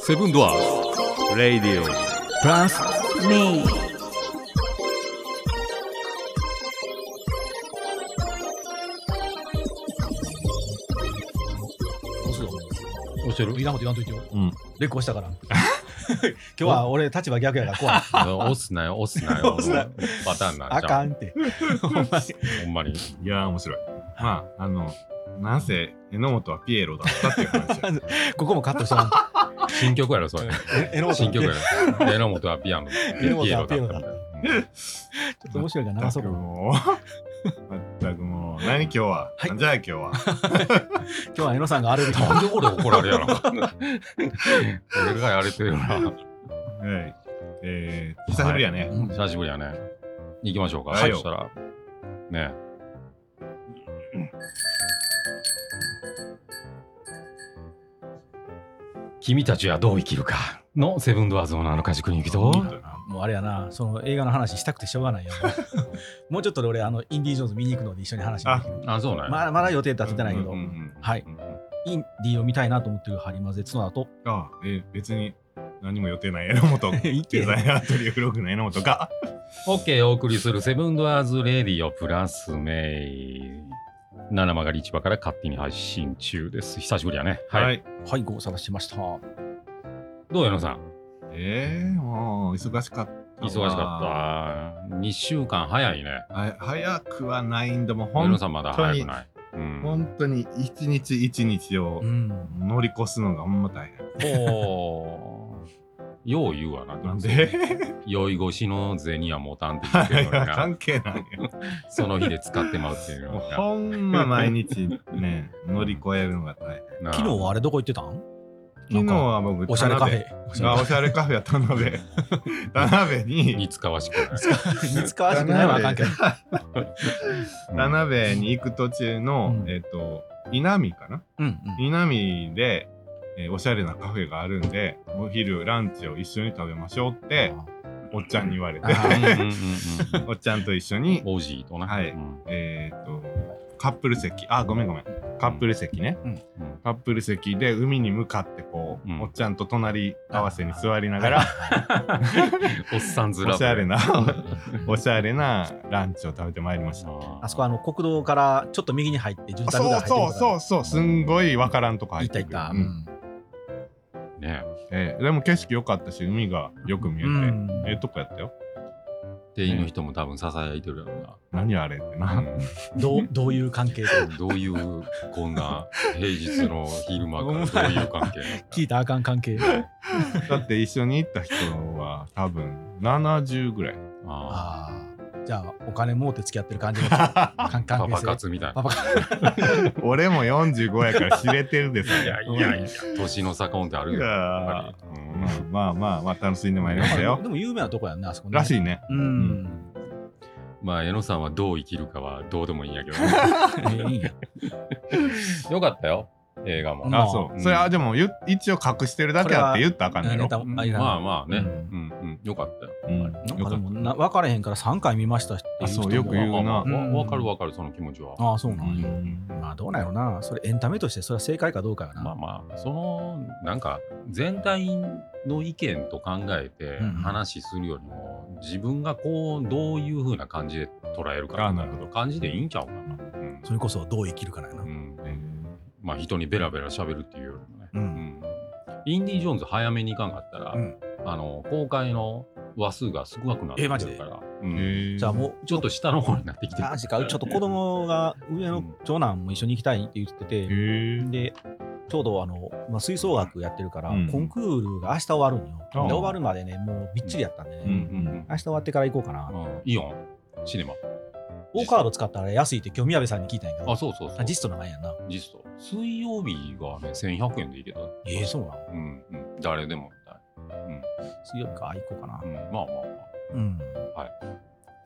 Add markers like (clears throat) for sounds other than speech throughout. セブンドアーズ、レイディオ、プラス、メイ押すよ。押してるいらんこと言わんといてよ。うん。レック押したから。今日は俺立場逆やから怖い。 (laughs) 押すなよ、押すなよ押すなよ、パターンにな (laughs) あっちゃかう。んって。ほんまにほんまに。いやー、面白い。まあ、あの、なんせ、榎本はピエロだったっていう話やここもカットしたな。新曲やろ、それ。ええ (laughs) の新曲やちろ。榎本はピアノ。ピエ榎本ロだはったピエみロたいだったな。ょっと面白いから流そ全くう。もう、 (laughs) 全くもう、何今日は、はいなんじゃあ今日は。今日はえのさんがあれで。なんで俺怒られやろ。俺がやれてるな。はい。えー、久しぶりやね。久しぶりやね。行きましょうか。はいそしたら。ね君たちはどう生きるかのセブンドアーズの七日塾に行きといいんだなもうあれやな、その映画の話したくてしょうがないよ。もうちょっとで俺、あの、インディ・ージョーンズ見に行くので一緒に話できる。あ、そうなんや。まだまだ予定立ててないけど、うんうんうんはいうんうんインディを見たいなと思ってるハリマゼツノだと、あ、えー別に何も予定ない榎 (laughs) 本いけデザイナーアトリエフログの榎本が。オッケーお送りするセブンドアーズレディオプラスメイ。七曲り市場から勝手に配信中です。久しぶりやね。はい。はい。はい、ご無沙汰してました。どうやのさんえー、もう忙しかった。忙しかった。2週間早いね。た。はい、早くはないんだもん、上ほ野んさんまだ早くない。うん本当に一日一日をうん。乗り越すのがほんま大変。ほう。よう言うわな。なん (laughs) で酔い越しの銭は持たんって言ってるのにな。関係 (laughs) ないよ。その日で使ってまうっていうもうのが。ほんま毎日ね、乗り越えるのが大変。な昨日はあれどこ行ってたん昨日は僕、おしゃれカフェ。田辺。あおしゃれカフェや田辺。田辺に、似つかわしく (laughs) ない。見つかわしくないわ、あかんけど。田辺に行く途中の、うんえっと、稲見かなうんうん。稲見で、えーおしゃれなカフェがあるんで、お昼ランチを一緒に食べましょうって、おっちゃんに言われて、あうんうんうんうん (laughs) おっちゃんと一緒に、オージーとな。はいうんえーっと、カップル席、あ、ごめんごめん、カップル席ね。うんカップル席で海に向かってこう、うんおっちゃんと隣合わせに座りながら、 (laughs) おっさんずらおしゃれな、あおしゃれなランチを食べてまいりました。あそこあの国道からちょっと右に入って住あ宅そう街入ってそうるとこそうそう、すんごいわからんとこだ入いったていくるた。ううんんねえーでも景色良かったし、海がよく見えて、うんええとこやったよ。店員の人も多分ささやいてるやろう何あれってな。な。(laughs) どうどういう関係でどういうこんな平日の昼間からどういう (laughs) 関係なんだ聞いたらあかん関係。だって一緒に行った人は多分70ぐら (laughs) い。あああ。じゃあ、お金もうて付き合ってる感じの (laughs) パ関あ関パ係パ性。活みたいなパ。パ活。俺も45やから知れてるですね。いやいやいや、年の差婚ってあるいよ。やっやぱーりうんまあまあまあ、まあ、楽しんでまいりましたよで。も有名なとこやんな、あそこねらしいね。うん。まあ、江野さんはどう生きるかはどうでもいいんやけど、ええいいんやよかったよ、映画も。うんまあ、そうう。んそれはでも言う一応隠してるだけやって言ったらあかんねネやタろ。もあいらあなまあね、ううんんうん、よかったよ。うんよいなんかでかっもな分からへんから3回見ましたっていう人もあそうよく言うなわうんわわかるわかる、その気持ちは。ああそうた。なうんや、んまあどうなんやろなそれエンタメとしてそれは正解かどうかやな、まあまあ、その、なんか、全体の意見と考えてうんうん話するよりも、自分がこう、どういうふうな感じで捉えるかあみたないるほど感じでいいんちゃうかな。うんそれこそどう生きるかなんやな、うんえまあ、人にベラベラ喋るっていうよりもね。うんうんインディ・ジョーンズ早めに行かんかったら、うんあの公開の話数が少なくなってえくマジでるから、うーんえーじゃあもうちょっと下の方になってきてるマジかちょっと子供が上うのん長男も一緒に行きたいって言ってえて、ーでちょうどあの、まあ、吹奏楽やってるから、うんコンクールが明日終わるんよ、ああで終わるまでねもうびっちりやったんでね、うんうん明日終わってから行こうかな、うんうんイオンシネマオーカード使ったら安いって今日宮部さんに聞いたんやけどあそうそうそうあジストの前やんな実装水曜日がね1100円でいけた、ええそうなのうんうん、誰でもみたい、水曜日か行こうかなうん、まあまあまうん、はい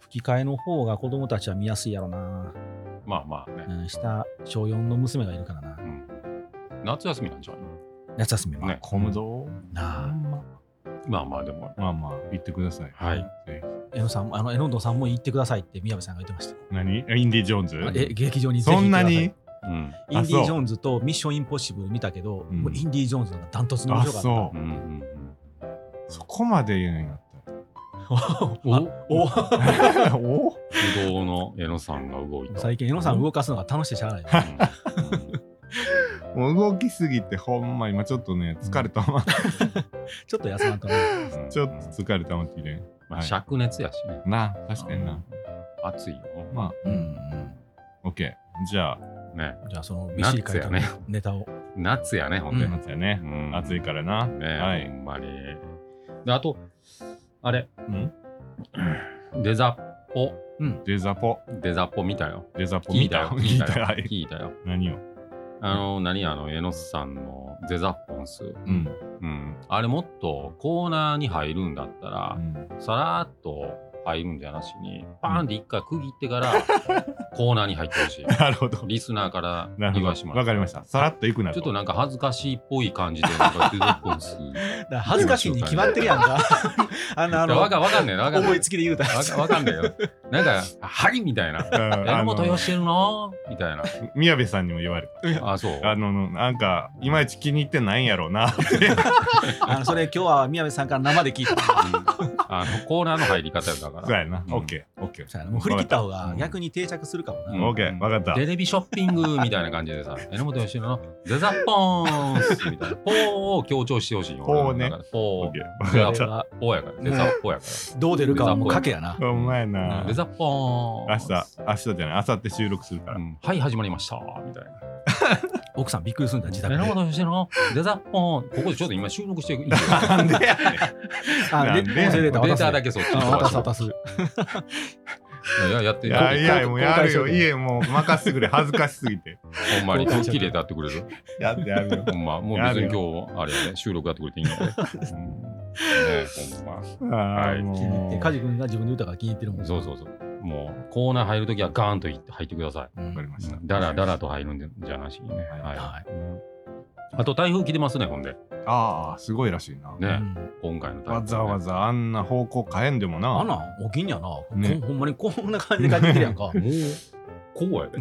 吹き替えの方が子供たちは見やすいやろな、あまあまあね、うん、下小4の娘がいるからな夏休みなんじゃない夏休みは、ね混むぞ。なまあまあでもまあまあ、言ってください。はいえあえのさんあのえのんどんさんも行ってくださいって宮部さんが言ってましたー。何インディ・ジョーンズえ劇場にぜひそんなにうんインディ・そうジョーンズとミッション・インポッシブル見たけど、うんもうインディ・ジョーンズの方がダントツにあ面白かった。そうんうんうんうそこまで言うんやっおおたら (laughs) お不動の江野さんが動いた。最近、江野さん動かすのが楽しくてしゃあないな。もう動きすぎてほんま今ちょっとね疲れたままちょっと休まんとね。うんうんちょっと疲れたままってねまあ灼熱やしね。な確かにな暑いよ。まうんあ OK じゃあね。うんじゃあ、その、ビシリ書いて夏ねネタを。夏やね、ほんでう。夏やねうん暑いからなね、はいほんまに。で、あと、あれ、んデザポ、デザポデザポ見たよ。デザポ聞いたよ。聞聞いいたたはよ。い聞いたよ。何をあの、何あの、江ノさんのデザポンス。うんうん。あれもっとコーナーに入るんだったら、うんさらーっと入るんじゃなしに、パーンって一回区切ってから、コーナーに入ってほ (laughs) しい。なるほどリスナーからなる言ほわしどまわかりましたさらっといくなちょとっとなんか恥ずかしいっぽい感じで、なんかデザポン (laughs) ス。だから恥ずかしいに決まってるやんか。 (laughs) あんな、あの、わかわかんねえな、わかんね思えいつきで言うたら。わかわかんないよ。なんか、はいみたいな。うん (laughs) あ榎の本よしてるのみたいな。宮部さんにも言われあ、そう。たあのなんかいまいち気に入ってないんやろうなってあのそれ、今日は宮部さんから生で聞いた。うんあのコーナーの入り方だかそうら。やなうん OKOK そうやなもう振り切った方が逆に定着するかもな。ううんんオッケーわかったテレビショッピングみたいな感じで (laughs) さ、榎本よしてるのデザポーンスみたいな。ポーを強調してほしいよ。ポーね俺の中でポー。わデかザっポたーポーやから。デザポーやかどう出るかはもう賭けやな。ほんまやら。なデザポー明ン日明日じゃない明後日収録するかうらんはい、始まりました。みたいな。奥さんびっくりするんだ、自宅榎で。本よしてるのデザポーン。ここでちょっと今収録してい (laughs) く。なんでやねん (laughs) あなんでで音声デデータ渡ーすタだね。けそっちあ渡すに。 (laughs) 渡す。いや、やっているやいや、公もうやる公よ。開し家もう任せてくれ。恥ずかしすぎて。ほんまに、綺麗でやってくれる。やってやる (laughs) よ。ほんま、もうや別るによ今日、あれやね、収録やってくれていいん (laughs) だよね。うんねえ、ほんあーはい気に入っもて、う。カわジ君が自分で歌が気に入ってるもま。ん。そうそうそう。もう、コーナー入るときはガーンと入ってくださうん。かりましたい。。だらだらと入るんじゃなしにね。はい。はういんあと、台風来てますね、ほんで。ああ、すごいらしいな。うね、ん今回の台風。わざわざ。ざあんな方向変えんでもあな。なん、起きんやな。こねほんまにこんな感じで帰ってきてるやん (laughs) か。もう、こうやで。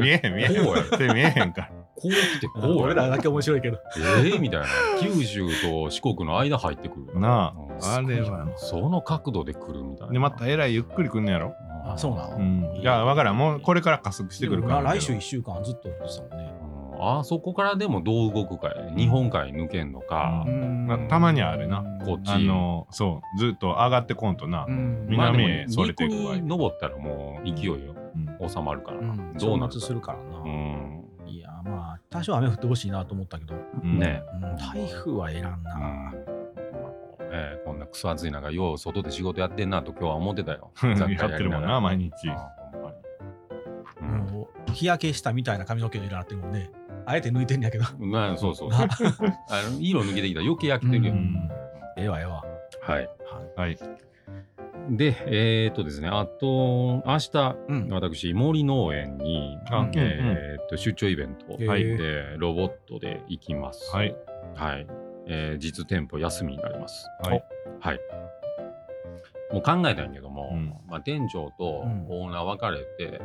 見えへん、見えへん。こうや手見えへんから。 (laughs) こう来て、こう俺やらだけ面白いけど。で。ええみたいな。九州と四国の間入ってくる。なうんあ。あれは。その角度で来るみたいな。で、またえらいゆっくり来んのやろ。あ、そうなののうん。いや、わからん。もうこれから加速してくるかでら。もな来週1週間ずっと言ってたもんね。うんあそこからでもどう動くかやね日本海抜けんのか、まあたまにはあれなこっちあの、そう。ずっと上がってこんとなう。んみんまあでも南へそれていくわ陸に登ったらもう勢いようん収まるから、うんどうなる消滅するからうな。んいや、まあ、多少雨降ってほしいなと思ったけど、ううんねん台風は選え、んうんな。ええこんなクソ暑い中よう外で仕事やってんなと今日は思ってたよ (laughs) やってるもんな、毎日日。もう日焼けしたみたいな髪の毛の色になってるもんね。あえて抜いてんやけど。まあそうそう (laughs) なあの色抜けてきたら余計焼けてるよ、ううんんええわ、ええわ。はいはい。でえーっとですねあと明日うん私森農園に、あえーっと出張イベントへーはいでロボットで行きます。はい。はいえー実店舗休みになります。はいお。はいもう考えたんやけども、うんまあ、店長とうんオーナー分かれて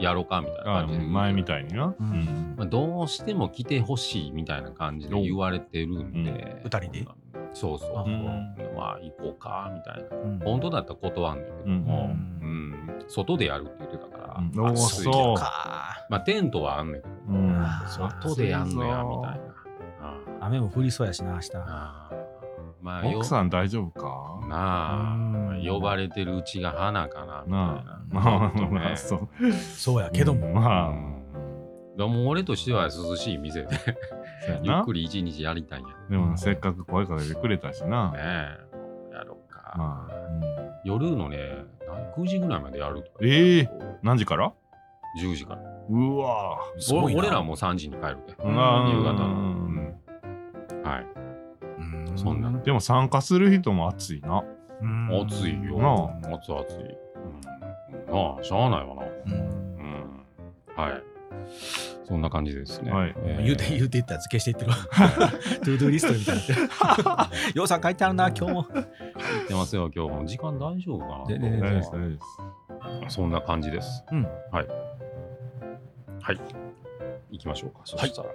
やろうかみたいなあ感じで、前みたいにな。ううんんまあ、どうしても来てほしいみたいな感じで言われてるんで、二人でそうそうそうあうんまあ行こうかみたいなうん本当だったら断んだけども、ううんん、外でやるって言ってたから、うんおー暑いそうからかまあ、テントはあんねんけど、うん外でやんのや、みたいな。あ雨も降りそうやしな、明日。あああまあ、よ奥さん大丈夫かなあうん、呼ばれてるうちが花かな、みなあ、たいな。まあ、ちょっとね (laughs) まあ、そう。そうやけども。うんうまあ、んでも俺としては涼しい店で、そうやゆっなく。り一日やりたいんやでも、せっかく声かけてくれたしな。ね。やろうか。まあ、うん夜のね、何9時ぐらいまでやるとか。ええ何時から10時から。うわすごいな俺らはもう3時に帰るで。ぁ。夕夕方の。うんはい。うんそんなでも参加する人も熱いな。うん暑いよ。な暑い暑い。うんなあ、しゃあないわな。ううんんはい。そんな感じですね。はいえー言うて言うて言ったやつ消していってるわ。 (laughs) トゥードゥーリストみたいになってる。 (laughs) ようさん書いてあるな、今日も。言ってますよ、今日も。時間大丈夫かなででで大丈夫です、そんな感じです。うんはい。はい。行きましょうか。そしたら、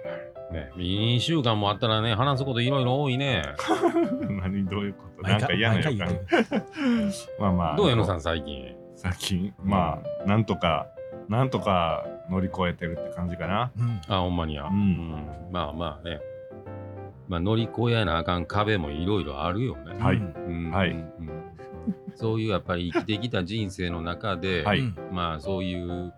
ね、2週間もあったらね、話すこといろいろ多いね。 (laughs) 何どういうことな毎んか回嫌な毎予回言って感る。まあまあどうやのさん、最近。最近まあなんとかなんとか乗り越えてるって感じかなうんあ、ほんまにや。ううんん。まあまあね。まあ、乗り越えなあかん壁もいろいろあるよね。はいうんうんはいうんそういうやっぱり生きてきた人生の中で、はいうんまあそういう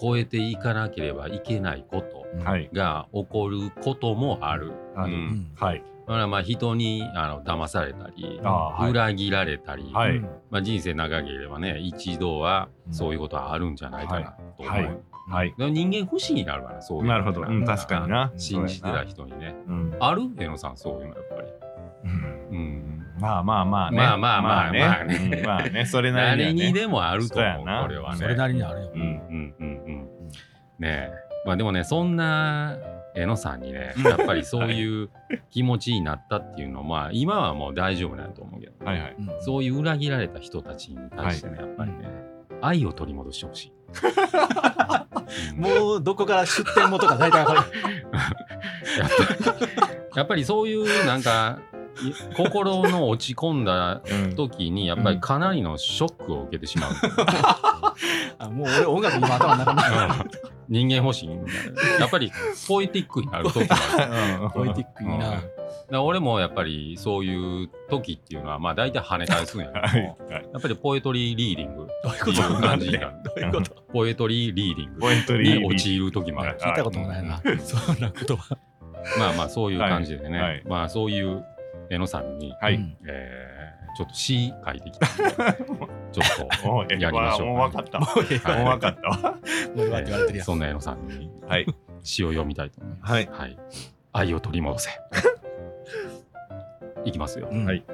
超えていかなければいけないことうんはいが起こることもある。あるうんうんはいだからまあ人にあの騙されたり、ああはい裏切られたり、はいうんまあ、人生長ければね一度はそういうことはあるんじゃないかなと思う。はいはいでも人間不信になるわねそういうのなるほどうん確かにな信じてた人にね。うんある江野さんそういうのやっぱり。うんうんまあまあまあねまあまあまあまあまあねねうんまあねそれなり (laughs) 誰にはにねでもあるとそうや思うなこれはね。それなりにあるよう。うんんうんうんうん。ねえ。まあでもね、そんな江野さんにね、やっぱりそういう気持ちになったっていうのは、まあ今はもう大丈夫なんやと思うけど、はいはいうんそういう裏切られた人たちに対してね、やっぱりね、愛を取り戻してほしい。うんもうどこから出店もとか大体わかる。やっぱり (laughs) やっぱりそういうなんか、い心の落ち込んだうん (laughs) 時にやっぱりかなりのショックを受けてしまう、あもう俺音楽今頭の中にある。人間保身みたいなやっぱりポエティックになる時もあるうんポエティックいいうんなだ。から俺もやっぱりそういう時っていうのはまあ大体跳ね返すんやけど、はいやはいっぱりポエトリーリーディングどういうってこいとう感じになるどういうことポエトリーリーディングポエトリーに陥る時もある聞いたこともないな。そんな言葉。まあまあそういう感じでね、はいはいまあそういう江野さんに、はういんえーちょっと詩書いてきたん (laughs) でちょっとおうえやりましょうわあもう分かったもええわう分かったわもう言われて言われてるやそんん。な江野さんにはい詩を読みたいと思います、はい愛を取り戻せいきますようんはい。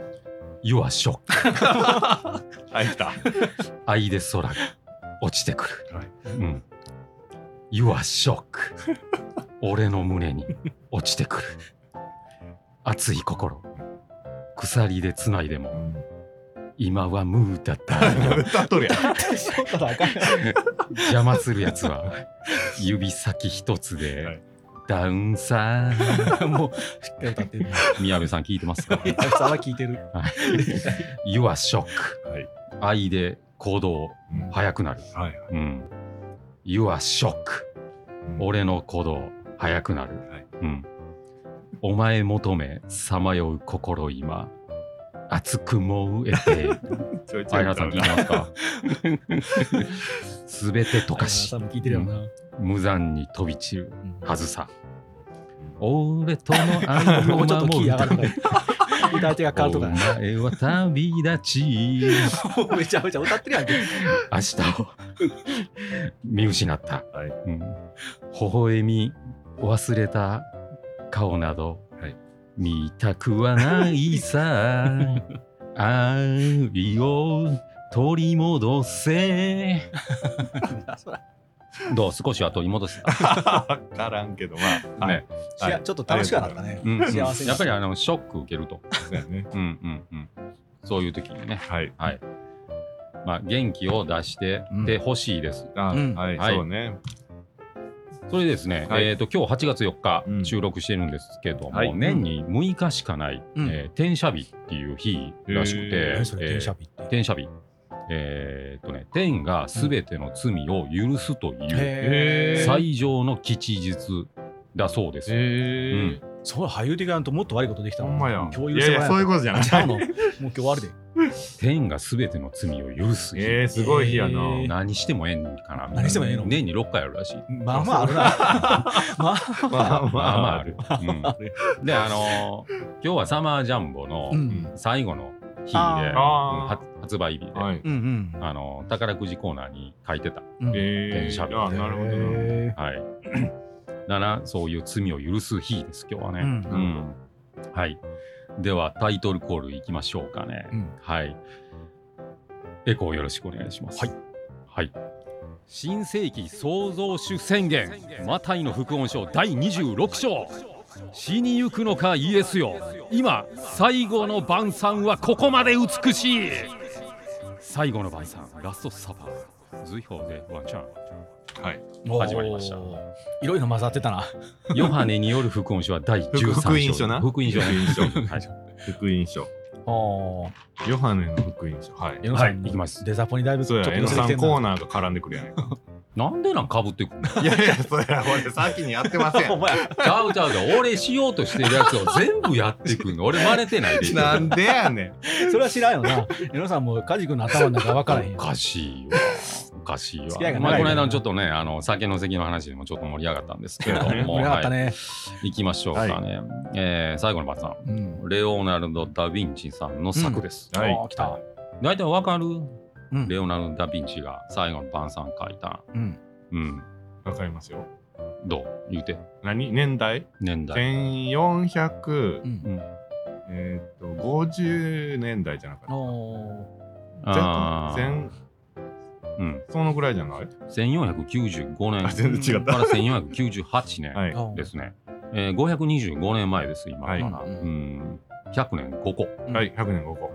You are shock はい来た愛で空が落ちてくる。はいうん。You are shock. 俺の胸に落ちてくる。熱い心。鎖でつないでも、今はムーだった。歌っとるやんそうからあかんやん邪魔するやつは、指先一つで、はいダウンさ (laughs) ー。もうしっかり歌ってる。宮部さん聞いてますかいやさは聞いてる。 ?You are shock. はい愛で行動、うん早くなる。はいうん。You are shock. 俺の鼓動早くなる、はいうん、お前求めさまよう心今熱く燃 (laughs) えてちょいちょアいイナさ歌んう聞いなてますかすべて溶かしさも聞いてるよな。無残に飛び散るうんはずさ俺との愛 (laughs) もをうちょっと守気る上がるから。歌い手が変わるとおか。前 (laughs) は旅立ちもうめちゃめちゃ歌ってるやんけ。明日を見失った、はいうん、微笑み忘れた顔など、はい見たくはない (laughs) さ愛を取り戻せあそらどう少しは取り戻せた、 (laughs) わからんけどまあはいねしやちょっと楽しくはなったね。うん幸せにやっぱりあのショック受けると、そうやねうんうんうん、そういう時にね、はいはいまあ、元気を出してで欲しいです、あうんはいはいそうねそれでですね、はいえー、と今日8月4日うん収録してるんですけども、はい年に6日しかない、うんえー転写日っていう日らしくて、へーえ何それー転写日って。転写日。えーっとね、天がすべての罪を許すというへー最上の吉日だそうです。へえそう俳優的なんともっと悪いことできたほのんまや共い有しやてもらえいやそういうことじゃな (laughs) あちゃういのもう今日終わるで。天がすべての罪を許す日、ええすごい日やなえー何してもええんかなみたいな何してもええの年に6回あるらしい。まあまああるな。まあまあままあまああある。うん、であのー今日はサマージャンボの、うん最後の日で、あーうんあは発売日で、はいうんうんあの宝くじコーナーに書いてた。うん。え転え写日あなるほどなへ (clears throat) はい、だなそういう罪を許す日です今日はね。うんうんはい、ではタイトルコールいきましょうかね。ーうんはい。エコーよろしくお願いします。はい。はい。新世紀創造主宣言、マタイの福音書第26章。死にゆくのかイエスよ。今、最後の晩餐はここまで美しい。最後の晩餐、ラストサパー。随法でワンチャン。はい。始まりましたおーいろいろ混ざってたな。ヨハネによる福音書は第13章。福音書な福音書ね。福音書はい福音書。おーヨハネの福音書。はい。江野さはん、い行きますデザポにだいぶちそょうっとや、寄江野せてきさてんんコーな。ナーが絡んでくるやん。なんでなんかぶってくるのいやいや、それは俺、先にやってませほんん。まやちゃうちゃうちゃう。俺しようとしてるやつを全部やってくるの。俺真似て (laughs) ないで。なんでやねん。それは知らんよな。江野さんもカジ君の頭の中分からへんおよ。かしいわ。おかしいわ。付き合いがま長あ、いこかのら間のちょっとね、あの酒の席の話でもちょっと盛り上がったんですけれど盛りも、盛り上がったはい、ね。行きましょうかね。えー最後のバツさうんん、レオナルド・ダ・ヴィンチさんの作です。うんはいあー来た。大体わかるうんレオナルド・ダ・ヴィンチが最後の晩餐書いた。うんうん。わかりますよ。どう言うて。何年代年代。 ?1400、うんうん。えーっと、50年代じゃなかった。おあー全うん。そのぐらいじゃない1495あ、年全然違っかた。ら1498年。 (laughs) はい。ーですね。えー、525年前です、今から。はいうん。100年5個。はい、100年5個。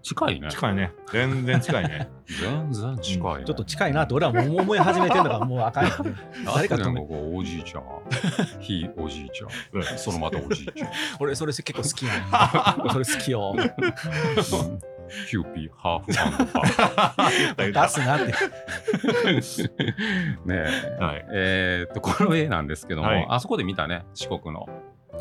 近いね。近いね。全然近 (laughs) いね。全然近いね、ちょっと近いなって俺はもう思い始めてんだからもうあかんよね。誰か100止め年5個、おじいちゃん。 (laughs) ひいおじいちゃうんん。そのまたおじいちゃん。 (laughs) 俺それ結構好きやん。それ好きよ。うんキューピー、ハーフハ出はすなって。ンド。ねえ。い。えーっと、この絵なんですけども、はいあそこで見たね、四国の。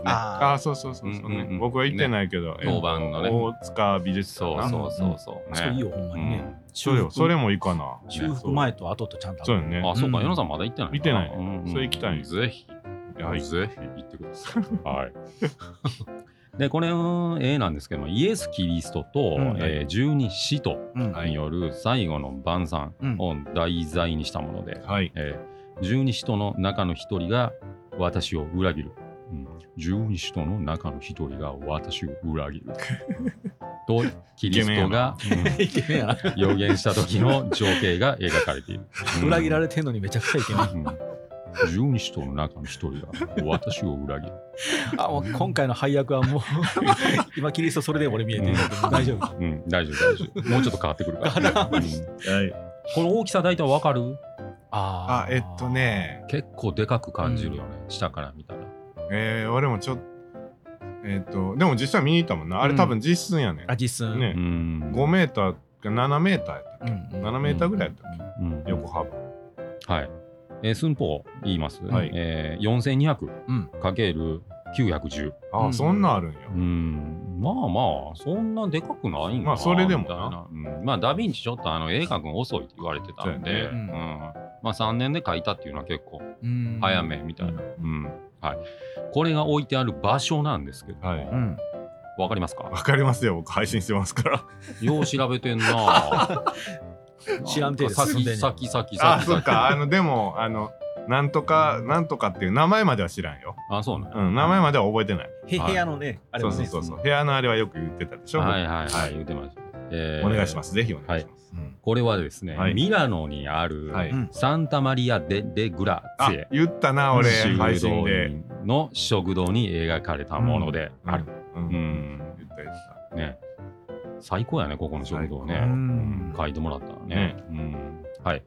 あああ、そうそうそうそうう、ねんうんうん僕は行ってないけど、え銅板のね大塚美術そ館うそなうそうそう。あ、それいいねよほんまうにね。んそうよそれもいいかな修復前と後とちゃんとあそうよる。ねあ、そうか、うんヨノさんまだ行ってないのか。行ってないうんうんそれ行きたいぜひ。はいぜひ行ってください。はい。 (laughs) で、これ、絵なんですけども、イエス・キリストと、うんえー十二使徒うんによる最後の晩餐うんを題材にしたもので、 (laughs) はいえー十二使徒の中の一人が私を裏切る。うん十二使徒の中の一人が私を裏切る。と、キリストが (laughs) イケメンやな。うん予言した時の情景が描かれている。うん裏切られてんのにめちゃくちゃイケメン。うん十二使徒の中の一人が私を裏切る。あもう今回の配役はも (laughs) う今キリストそれで俺見えてるけど大丈夫うん、大丈夫、大丈 (laughs) 夫。もうちょっと変わってくるから。うんはいこの大きさ大体わかるああえっとね結構でかく感じるよね、下から見たら。えー、俺もちょっとえっ、とでも実際見に行ったもんなあれうん多分実寸やね、あ実寸、ねうん5メーターか7メーターやったっうんけ7メーターぐらいやったっけ、うん横幅はい。えー寸法言います。はいえー、4200うんかける910。ああ、うんそんなんあるんや、うん、まあまあ、そんなでかくないんかなまあそれでもみたいなな。うんまあ、ダヴィンチちょっとあの絵描くの遅いって言われてたんそうで、やねうんまあ3年で描いたっていうのは結構うん早めみたいな。うんはい、これが置いてある場所なんですけど、はいうんわかりますかわかりますよ僕配信してますからよう調べてんな (laughs) 知らんてでです先進んでんねん先先先あ先そっかあのでもあのなんとかなんとかっていう名前までは知らんよ、あそうね、うん、名前までは覚えてないへはい部屋のねあれそもうそねうそうそう部屋のあれはよく言ってたでしょ、はいはいははいい言ってました、えお願いしますす。ぜひお願いします。うんこれはですね、はいミラノにあるはいうんサンタマリア・デ・デ・グラあツェ、言ったな、俺、修道配信で。院の食堂に描かれたものである、うんうん言った言った。ね最高やねここの食堂ね最高うん書いてもらったらね、うんはい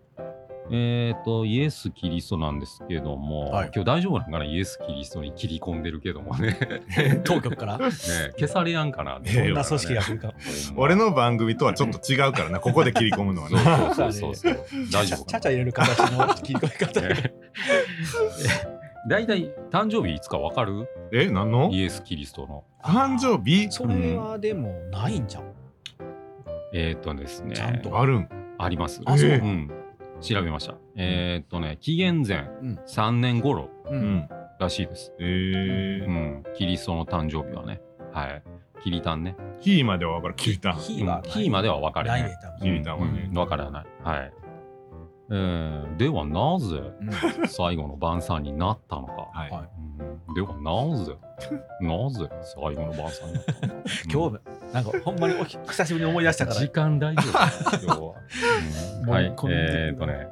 えっ、とイエス・キリストなんですけども、はい今日大丈夫なんかなイエス・キリストに切り込んでるけど (laughs) もねね当局から消されやんかなえこえんよな組織が来るか俺の番組とはちょっと違うからな、ここで切り込むのはね。そうそうそうそう (laughs) 大丈夫ちゃちゃ入れる形の切り込み (laughs) 方ねえ大体誕生日いつかわかるえ、なんのイエス・キリストの誕生日それはでもないんじゃんえっ、とですねちゃんとあるんありますあそうええうん、調べましたえっ、とね紀元前うん3年頃ううんん。らしいです、えーうん、キリストの誕生日はねはいキリタンねキーまでは分かる、キリタン。キーはうんキーまでは分かれなへいんね多分キリタンはねうん分からないはい、えーではなぜうん最後の晩餐になったのか、はい。はういんではなぜなぜ最後の晩餐になったのか (laughs) 今日なんかほんまにおき久しぶりに思い出したから時間大丈 (laughs) 夫かな今日は。うんはもいうこ、のえーっとね、はい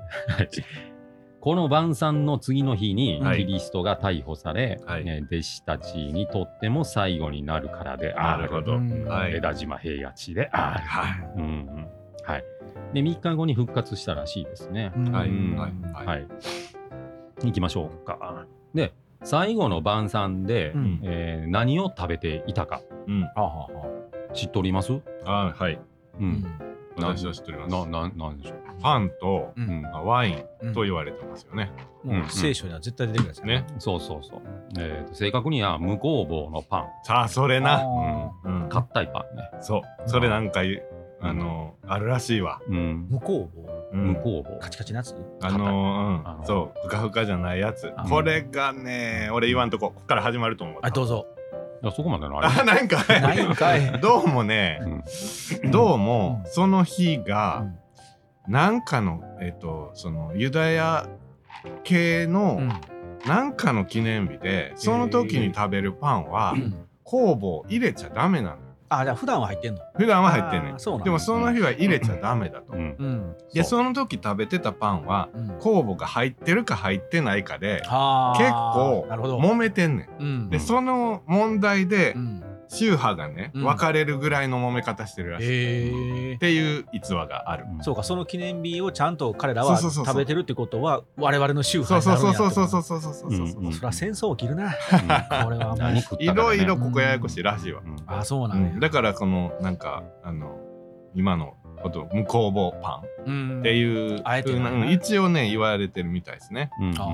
この晩餐の次の日にはいキリストが逮捕され、はいね弟子たちにとっても最後になるからである。なるほうどんはい枝島平野地である。はい。うんうんはいで、3日後に復活したらしいですね。はいうんはいはい。はい行きましょうか。で、最後の晩餐で、うんえー何を食べていたかうんはあはあは知っとりますあはいうん。あうん私は知っておりな、ますな、なんでしょう。パンとううんん。ワインうんと言われてますよねもう聖書には絶対出てくるやつやねそうそうそう。えーと正確には無工房のパン。さあそれあなーうん硬いパンね。そうそれなんかいあのあるらしいわうん。向こうもうん無工房。カチカチなやつあのあうのんそうふかふかじゃないやつあこれがね俺言わんとここっから始まると思うあどうぞいやそこまでのああれ。なんかないん (laughs) かいどうもねうんどうもうんその日うがんなんかのえっとそのユダヤ系のうんなんかの記念日でその時に食べるパンは酵母を入れちゃダメなのあじゃあ普段は入ってんの普段は入ってんねあーそうなんんだでもその日は入れちゃダメだとうん。うんでその時食べてたパンはうん酵母が入ってるか入ってないかではあ結構なるほど揉めてんねうんんでうんその問題でうん宗派がねうん分かれるぐらいの揉め方してるらしいえっえていう逸話があるそうかその記念日をちゃんと彼らはそうそうそうそう食べてるってことは我々の宗そう派にそなうるんそうやとそう思そうそうそうそうそうそううんうんそりゃ戦争起きる (laughs) なうんこれはもう何食ったかねいろいろここややこしいらしいわうんあそうなうんやんだからこのなんかあの今のこと無酵母パンうんっていう、あえてうんなんやな一応ね言われてるみたいですね。うんうんあ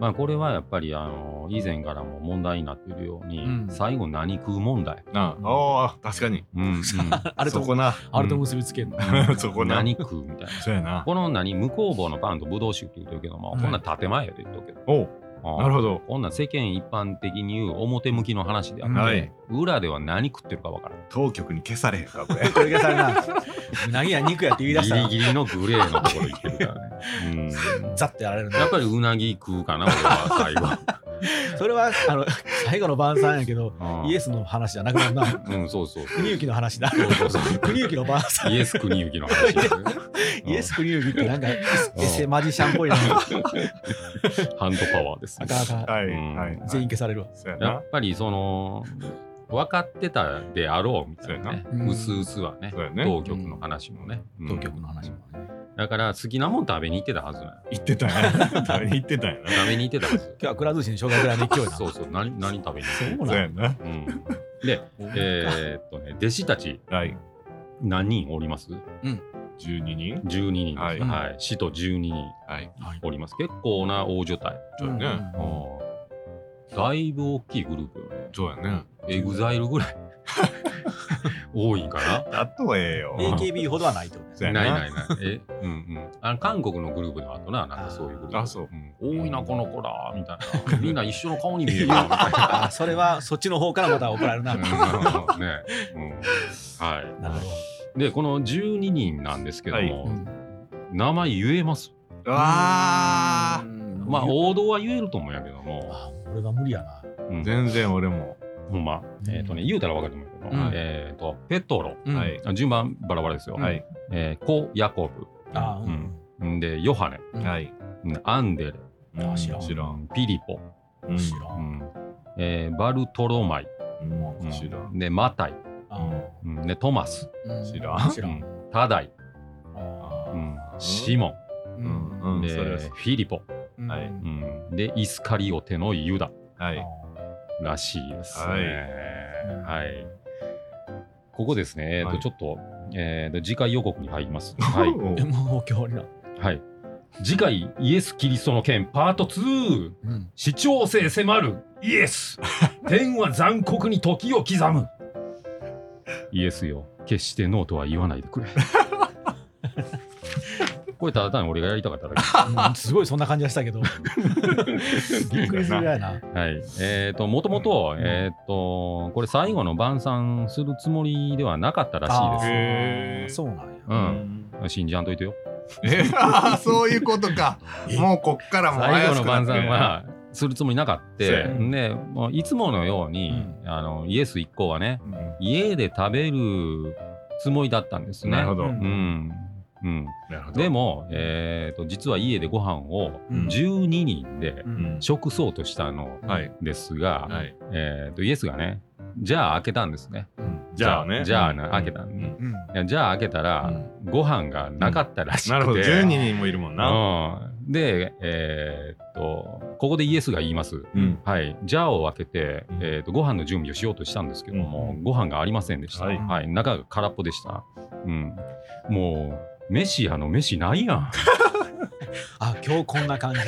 まあこれはやっぱりあの以前からも問題になってるように、うん最後何食う問題、なうんあ、ああ確かに。うんうん (laughs) ーあれそとこな。あれと結びつけるのそこな。何食うみたいなそうやな。この何無工房のパンとブドウ酒って言うてるけども、はいこんなん建前やで言うとくけどおうあーなるほど。こんなん世間一般的に言う表向きの話であって、はい。裏では何食ってるかわからん当局に消されへんかこれ。これがされ (laughs) なうなぎや肉やって言い出したらギリギリのグレーのところ行ってるから (laughs) ね、うん、ザッてやられるんだやっぱりうなぎ食うかな俺は最後それはあの最後の晩餐やけどうんイエスの話じゃなくなるなうんそうそうそう国行の話だそうそうそう国行の晩餐イエス国行の話ですねイエス国行ってなんかエセマジシャンっぽい (laughs) なハンドパワーですあねかんあかんはいうんはい。全員消されるわそうややなっ。ぱりその分かってたであろうみたいなねそうやなうすうすはねそうやね当局の話もね、うん当局の話もねだから好きなもん食べに行ってたはずなの言ってたんや。食べに行ってたんやな。食べに行ってたはず今日はくら寿司に生姜ぐらいの勢いなそうそう何何食べに行ってそうそうなやんな。た、うん、でえーっとね弟子たちはい。何人おります十二人。 ?12 人です、はいはい、使徒12人はい。はいおります結構な大所帯、そうやね。うんだいぶ大きいグループよねそうやね。エグザイルぐらい多いんかなだとええよ。え AKB ほどはないってことそうやないないない。え、うんうん。あの韓国のグループではあったな、なんかそういうグループ。あそううん多いな、この子ら、みたいな。みんな一緒の顔に見えるな、みたいあそれはそっちの方からまた怒られるなな。うんね、うん。はなるほい。で、この12人なんですけども、ど名前言えます。うわあ。まあ、王道は言えると思うんやけども、あ俺は無理やなうん全然俺も。ほんま。えっとね、言うたらわかると思うけどうん、えっと、ペトロ。うんはい。あ順番バラバラですよ。はい。えーコ・ヤコあううんブ。んで、ヨハネ。うんはい。うんアンデレ。あ知らん知らん。ピリポ。うん知らうんんえーバルトロマイ、うん知らん。でマタイ、あうんでトマス、うん知らん知らんタダイ、あうんシモううんン、うんでそれは知フィリポ、うんはいうんでイスカリオテのユダはい。らしいですね。ははいい。ここですね、えーはといちょっと、えーと次回予告に入ります。 (laughs) はい。えもう今日終わりなはい次回、イエス・キリストの剣パート2、うん視聴性迫るイエ (laughs) ス天は残酷に時を刻むイエスよ決してノーとは言わないでくれこれただ単に俺がやりたかっただうんすごいそんな感じがしたけどびっくりす (laughs) るぐらいなけはいえっ、ともともとえっ、とこれ最後の晩餐するつもりではなかったらあしいでーへーそうなんやすうん信じゃんといてよえ (laughs) あーそういうことか。もうこっからもう最後怪しのくなっ晩てる餐はするつもりなかったそうやでもういつものように、あのイエス一行はねうん家で食べるつもりだったんですね。なるほど。うんうんうん、なるほどで、も、えーと実は家でご飯をうん12人でうん食そうとしたのはい。ですが、はい。えーとイエスがねじゃあ開けたんですね、うんじゃあね。じゃあうんな開けたんでうんうんいやじゃあ開けたら、ご飯がなかったらしくて、なるほど、12人もいるもんな。うん、で、えーっと、ここでイエスが言います。うん。はい、ジャーを開けてうん、えーっとご飯の準備をしようとしたんですけども、うご飯がありませんでした、ははいい中が空っぽでした、うん、もうメシやの飯ないやんあ今日こんな感じや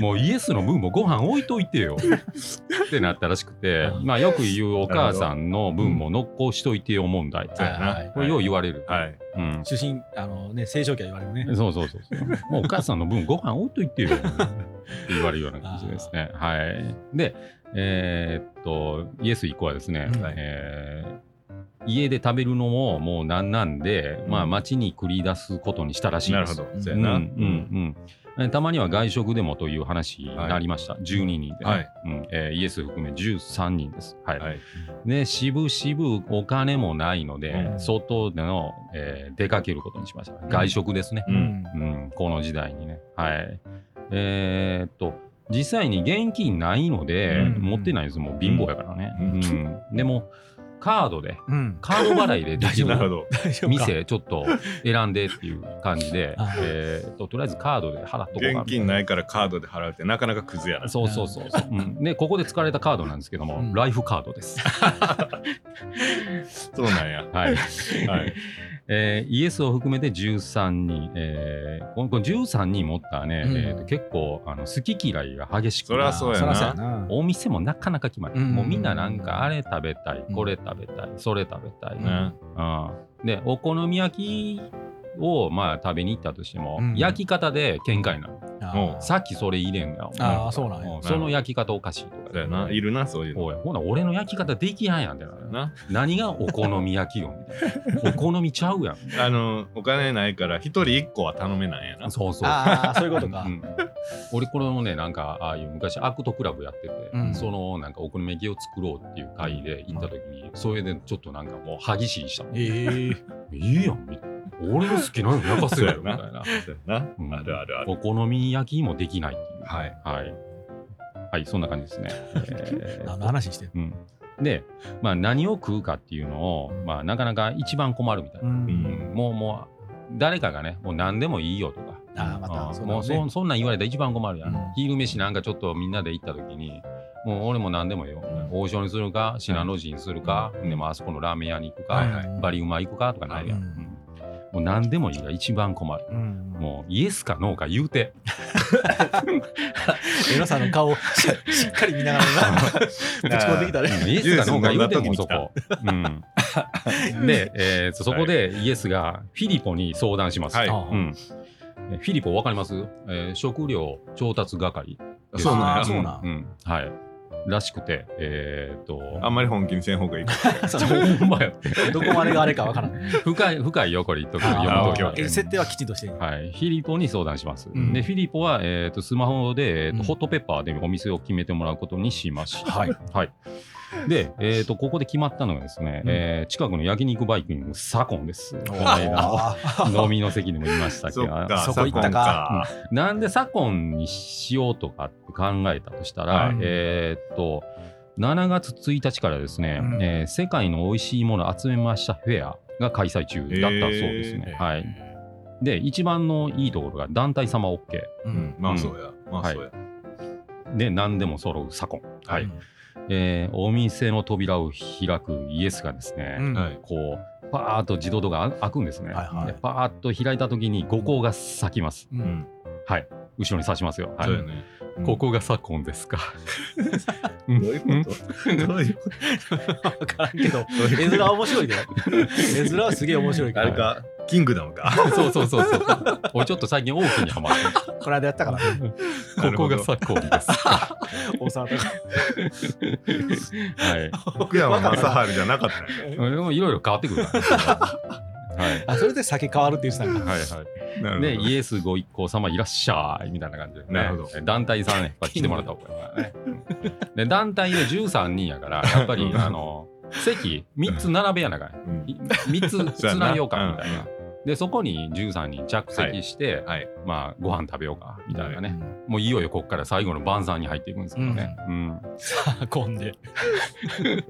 もうイエスの分もご飯置いといてよってなったらしくて、まあ、よく言うお母さんの分も残しといてよ問題、そうやなはいこれよう言われる、はい。うん、出身あのね青少期は言われるねそうそうそうそう。もうお母さんの分ご飯置いといてよ。って言われるような感じですね。はい。で、えーっと、イエス以降はですね、うんえー家で食べるのももうなんなんで、まあ町に繰り出すことにしたらしいでなるす。ほど。んそううやんうな。んうんえたまには外食でもという話になりました、12人で、はいうんえーイエス含め13人です。はいはい。で渋々お金もないので、うん外での、えー出かけることにしました外食ですね、う。うんんうん、この時代にね。はい。えーっと、実際に現金ないので、うん持ってないんですもう貧乏やからね。ううんん。でも、カードで、うんカード払いでできなるほるど。大丈夫か店、ちょっと選んでっていう感じであ、えーっと、とりあえずカードで払っとこうか現金ないからカードで払うってなかなかクズやな。そうそうそうそう、うんでここで使われたカードなんですけども、うんライフカード (laughs) です、そうなんや。はい (laughs) はい。えーイエスを含めて13人、えーこのこの13人持ったらね、うんえーと結構あの好き嫌いが激しくそりゃそうやなそらそうやなお店もなかなか決まらない、うんもうみんななんかあれ食べたい、うんこれ食べたいそれ食べたい、ううんんでお好み焼きをまあ食べに行ったとしても、うん焼き方で喧嘩になる、あもうさっきそれ入れんだよあーそうなんやうんその焼き方おかしいとかそうやな。いるな、そういうの。おいほな俺の焼き方できやんやんってなるな何がお好み焼きよみた (laughs) いなお好みちゃうやんあのお金ないから一人一個は頼めないんやな。そうそうああそういうことかうんうん俺これもねなんかああいう昔アクトクラブやってて、うんそのなんかお好み焼きを作ろうっていう会で行った時に、それでちょっとなんかもう歯ぎしりしたもん、ええいいやんみたいな俺の好きなの焼かせよそうみやたいななそうやう (laughs) なんあるあるある。お好み焼きもできないっていうはいはい、はいそんな感じです (laughs) ね、えー何の話してるうん、で、まあ、何を食うかっていうのを、まあ、なかなか一番困るみたいな、んうんもうもう誰かがねもう何でもいいよとかああまうんたもうそねんそんなん言われたら一番困るやん、うん昼飯なんかちょっとみんなで行った時にもう俺も何でもよ、王将にするか信濃路にするか、でもあそこのラーメン屋に行くか、はいはバリウマ行くかとかなるやん、はいうんもう何でもいいが一番困る、うんもうイエスかノーか言うてエロさんの顔ししっかり見ながらなぶち込んできたねうんイエスかノーか言うてもうジュそーこ、うん、で、えーそそこでイエスがフィリポに相談します、はいあうーんえフィリポわかります、えー食料調達係ですそうなんやあそうなんうんはい。らしくて、えーっと、 (laughs) あんまり本気にせん方がいい。 (laughs) そうほんまや。どこまでがあれかわからん (laughs) 深い、深いよ、これ言っとく。あー読むとオッケーオッケーえ設定はきちんとしてるはい、フィリポに相談します。うんで、フィリポは、えーっとスマホで、えーっとうんホットペッパーでお店を決めてもらうことにしました。はいはい。で、えーっとここで決まったのがですね、うんえー近くの焼肉バイキングサコンです。この間あ (laughs) 飲みの席にもいましたけ (laughs) どそっ、か、そこ行ったかサコンか。なんで左近にしようとかって考えたとしたら、はいえーっと7月1日からですね、うんえー世界の美味しいものを集めましたフェアが開催中だったそうですね。ーはい、で一番のいいところが団体様 OK ううんん、まあそうや。まあそうや。で何でも揃う左近、はういんえーお店の扉を開くイエスがですね、うんはい。こうパーッと自動ドアが開くんですね。はいはいでパーッと開いた時に五光が咲きます。うん (laughs) うん。はい後ろに刺しますよ。はいそうやね。うんここが左近です (laughs) か。どどういうこと (laughs) どういうこと分からんけど絵面は面白いで絵面はすげえ面白いかあれらか、キングダムか。そうそうそうそう。俺ちょっと最近大きにハマってこの間やった (laughs) からねる。ここが左近ですか。大沢とか (laughs) はい。福山わからん雅治じゃなかったんやでもいろいろ変わってくるからね。はい。あそれで酒変わるって言ってた (laughs) んだはいはなるい、ほでどイエスご一行様いらっしゃいみたいな感じで、ね、なるほど団体さんねやっぱ来てもらった方 (laughs) がいいからねで団体で13人やからやっぱりうんあの席3つ並べやなあかんうん (laughs) 3つつなげようかみたいなでそこに13人着席して、はいまあご飯食べようかみたいなね、うんもういよいよここから最後の晩餐に入っていくんですけどね、 (laughs) うんさあ (laughs) 混んで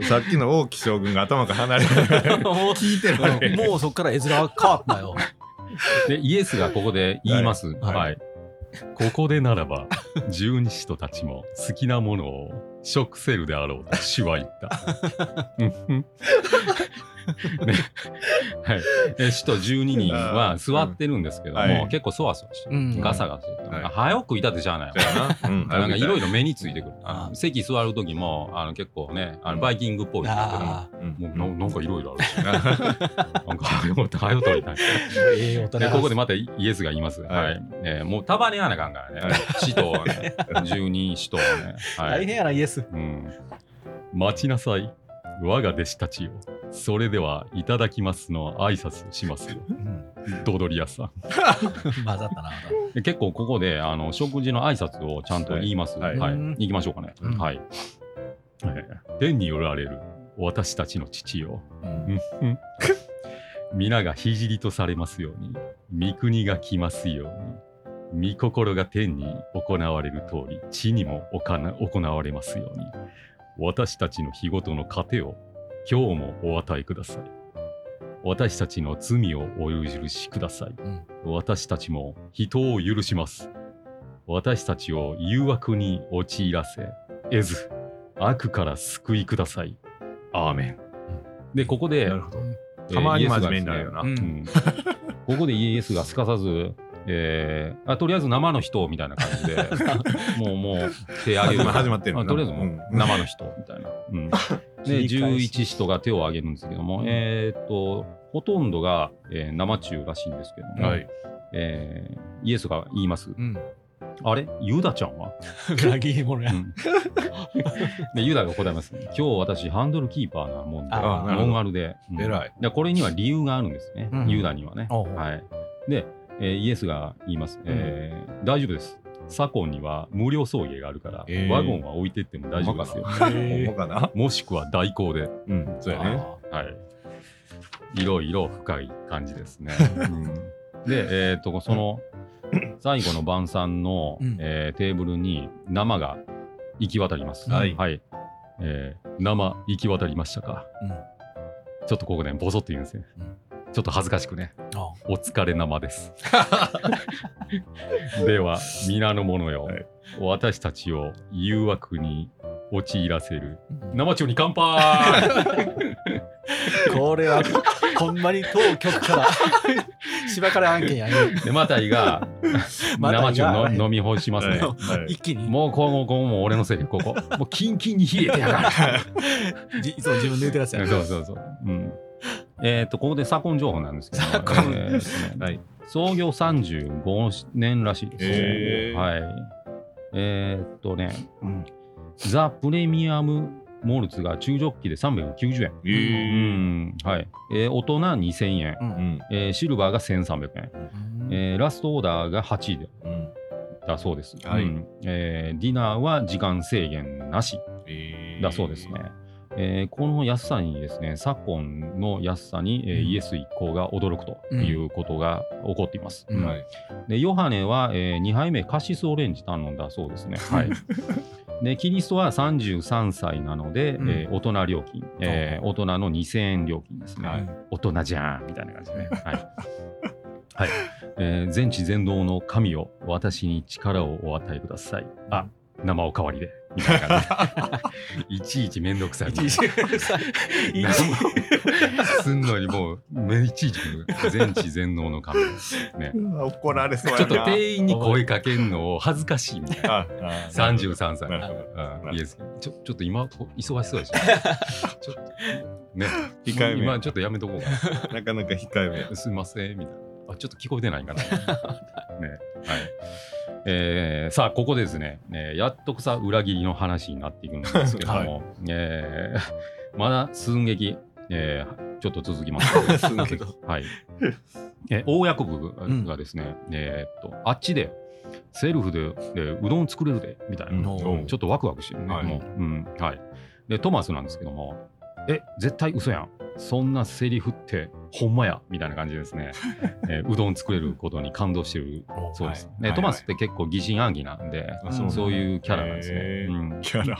さっきの王毅将軍が頭から離れ (laughs) ても聞いてられうへんもうそっから絵面は変わったよでイエスがここで言います、はいはいここでならば十二使徒たちも好きなものを食せるであろうと主は言った。うんうんねはい、で使徒12人は座ってるんですけども、はい結構そわそわして、うんガサガサして、はい早くいたってじゃあないそうやなうんなんかいろいろ目についてくるあ。席座る時もあの結構ねあのバイキングっぽいっていうかあうんもうななんかいろいろあるしはなんか早く早く取りたい。あええ大人でここでまたイエスが言います。はい。はいえーもう束ねやなあかんからはね。使徒をね、十二使徒をね。は大い。変やなイエスうん。待ちなさい。我が弟子たちよ。それではいただきますの挨拶をしますよ。ドドリアさん (laughs) 混ざったな。で結構ここであの食事の挨拶をちゃんと言います。は。はいいはいうん行きましょうかね。うんはい。えー天におられる私たちの父よ。うんうん皆が聖とされますように、御国が来ますように、御心が天に行われる通り、地にもおかな行われますように、私たちの日ごとの糧を今日もお与えください。私たちの罪をお許しください。うん私たちも人を許します。私たちを誘惑に陥らせ、得ず、悪から救いください。アーメン。で、ここで、なるほどえーたまにイエスが真面目になるよなですねうんここでイエスがすかさず、えーあとりあえず生の人みたいな感じでもうもう手挙げる始ま始まってるなあとりあえずもううん生の人みたいな、うん、で切り返し11使徒が手を挙げるんですけども、えーっとほとんどが、えー生中らしいんですけども、いえーイエスが言いますうん。 (laughs) あれユダちゃんは、裏切り者やう。んでユダが答えます今日私ハンドルキーパーなもんでああなノるほンどアルで、うん偉いでこれには理由があるんですね、うんユダにはね。おうはい、で、えーイエスが言います、えー大丈夫です。左近には無料送迎があるから、えーワゴンは置いてっても大丈夫ですよ。ほんまへかなもしくは代行で、うんそうやねあはい、いろいろ深い感じです (laughs) ね。うんで、えー、とその最後の晩餐の、うんえーテーブルに生が行き渡ります。はいはいえー生行き渡りましたか。うんちょっとここね、ボソって言うんですね。うんちょっと恥ずかしくね。あお疲れ生 (laughs) です。では、皆の者よ、はい私たちを誘惑に陥らせるうん生中に乾杯 (laughs) これはほんまに当局から芝から案件やね。で、マタイ (laughs) がマタ生イが中の飲み干しますね。はい一気にもう今後、今後も俺のせいで、ここ。もうキンキンに冷えてやがじいつも自分で言うてるやつやる。ね。そうそうそう。うん、えっ、と、ここで左近情報なんですけど、近えーとねはい創業35年らしいですね。へーはい。えーっとね、ザ・プレミアムモルツが中ジョッキで390円。うん、えはい。えー大人2000円、うーんえーシルバーが1300円、えーラストオーダーが8位でうんだそうです。はいうんえーディナーは時間制限なしだそうですね。えーこの安さにですね、昨今の安さに、えーうんイエス一行が驚くということが起こっています。うんうんはいでヨハネは、え2杯目カシスオレンジ頼んだそうですね。はい、でキリストは33歳なので、うんえー大人料金、えー大人の2000円料金ですね。はい大人じゃんみたいな感じでね。 (laughs) はいはいえー全知全能の神を私に力をお与えください。あ生おかわりで。みたいな感 (laughs) じでいちいちめんどくさい。一時さ一何時も (laughs) すんのにもうめいちいち全知全能の神ね。うわ怒られそうやちょなっと店員に声かけんのを恥ずかしいみたいな。ああ33歳。なるほどうんイエスちょちょっと今、こ忙しそうで (laughs) しょ。ちょっと、ね、控えめ今ちょっとやめとこうかなかなか控えめ (laughs) な。すいません、みたいな。あ、ちょっと聞こえてないか (laughs) な。ね、はい。えーさあ、ここでですね、えーやっとさ、裏切りの話になっていくん (laughs) ですけども、はえーまだ寸劇、えーちょっと続きます。 (laughs) はい。え、大役部がですね、えーっと、あっちで、セルフで、でうどん作れるで、みたいな。うんもうちょっとワクワクしてるね、はいもう、うんはい。で、トマスなんですけども、え、絶対嘘やん。そんなセリフってほんまやみたいな感じです (laughs) ね、えーうどん作れることに感動してるそうです、はいねはいトマスって結構疑心暗鬼なんで、あそうなんだそういうキャラなんですね、へーうんキャラ。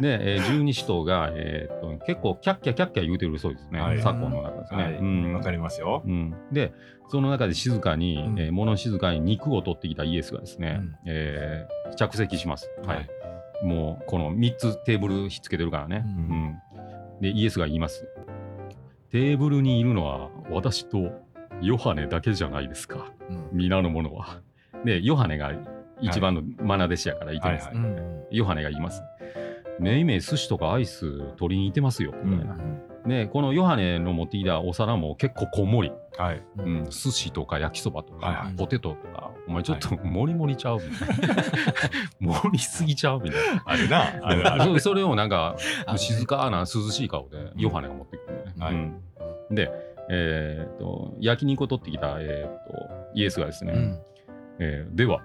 で、えー、十二使徒が、えーっと結構キャッキャキャッキャ言うてるそうですね、はい昨今の中ですね、はいうんわかりますよ。うん、でその中で静かに、うんえー物静かに肉を取ってきたイエスがですね、うんえー着席します、はいはいもうこの3つテーブルひっつけてるからね、ううんでイエスが言いますテーブルにいるのは私とヨハネだけじゃないですかうん皆の者はでヨハネが一番のマナ弟子やからいてます、はいうんヨハネが言いますめいめい寿司とかアイス取りに行ってますよみたいな、でこのヨハネの持ってきたお皿も結構こんもりはい。ううんん、寿司とか焼きそばとか、はいはいポテトとか、お前ちょっと盛り盛りちゃうみたい (laughs) な。盛りすぎちゃうみたいあるな、あるあな。る。 (laughs) そそれをなんかあのね静かな涼しい顔でヨハネが持ってくるのね。はいうんで、えーっと焼肉を取ってきた、えーっとイエスがですね、うんえーでは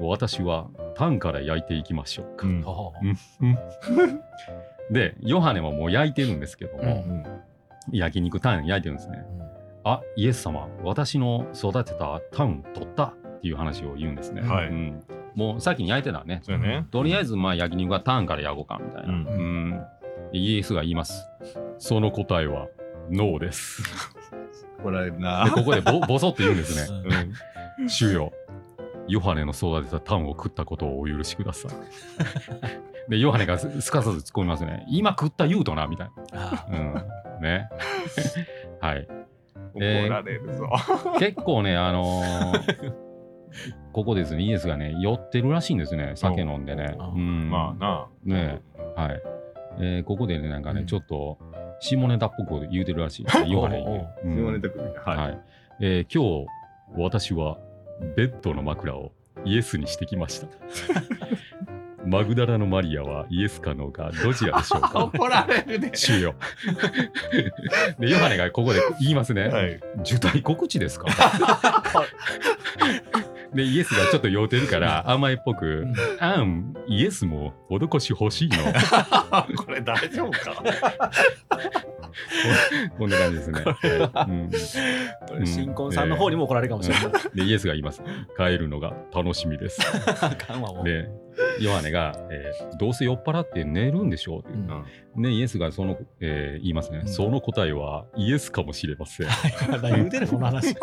私はタンから焼いていきましょうか。うんほうほうほでヨハネはもう焼いてるんですけども、うん焼肉タン焼いてるんですね。ううんあイエス様私の育てたタン取ったっていう話を言うんですね。はうい。ん、もう先に焼いてたね。そうやね。とりあえずまあ焼肉はターンから焼こうかみたいな。うんうんイエスが言います。その答えはノーです。怒られるでな。ここで (laughs) ボボソって言うんですね。うん主よヨハネの育てたタンを食ったことをお許しください。 (laughs) でヨハネがすすかさず突っ込みますね。今食った言うとなみたいあな。うん、 (laughs) ね。はい。 (laughs) 怒られるぞ。結構ね、あのーここですね、イエスがね、酔ってるらしいんですね、酒飲んでね。あうん、まあな。ねはい。えーここでね、なんかね、うんちょっと下ネタっぽく言うてるらしい。ヨハネにね。うん下ネタ組。ははい。い。えー今日、私はベッドの枕をイエスにしてきました。マグダラのマリアはイエスかノーかどちらでしょう (laughs) か怒られるで。主よ。で、ヨハネがここで言いますね。はい。受胎告知 (laughs) ですかでイエスがちょっと酔うてるから甘えっぽうくん「あんイエスも施し欲 (laughs) しいのこれ大丈夫か。」こんな感じですね。うんこれ新婚さんの方にも怒られるかもしれない。でイエスが言います「帰るのが楽しみ (laughs) ですあかんわ」もう。でヨハネが、えーどうせ酔っ払って寝るんでしょ?」ってう言う。んねイエスがその、えー言いますね、うんその答えはイエスかもしれません。まだ言うてるこの話。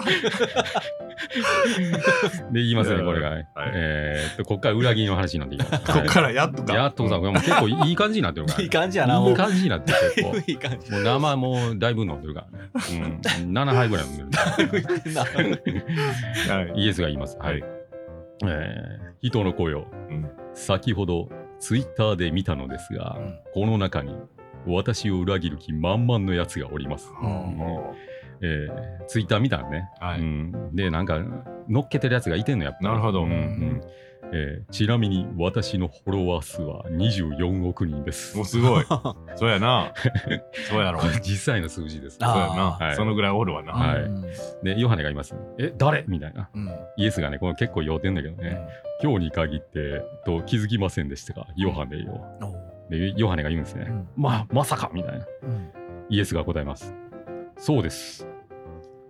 で言いますねこれがね。はいえーっとこっから裏切りの話になっていきます。こっからやっとか。やっとさ、これもう結構いい感じになってるから、ね。 (laughs) いい感じやな、もいうい。感じになってる結構。いい感じ。もう生もうだいぶ飲んでるからね。うん、7杯ぐらい飲んでる。はい。イエスが言います。はい。えー人の声をうん先ほどツイッターで見たのですが、うんこの中に私を裏切る気満々のやつがおります。うんえーツイッター見たのね、はうい。ん。で、なんか乗っけてるやつがいてんのやっぱりなるほどうんうんえーちなみに私のフォロワー数は24億人ですもう。す (laughs) ごい。そうやな。そうやろ。こそれ (laughs) 実際の数字です。あうーやはな。いそのぐらいおるわな。はいで、ヨハネがいます。え、誰みたいな。うんイエスがね、この結構酔ってんだけどね、今日に限ってと気づきませんでしたが、ヨハネよ。で、ヨハネが言うんですね。うんまあ、まさかみたいな。うんイエスが答えます。そうです。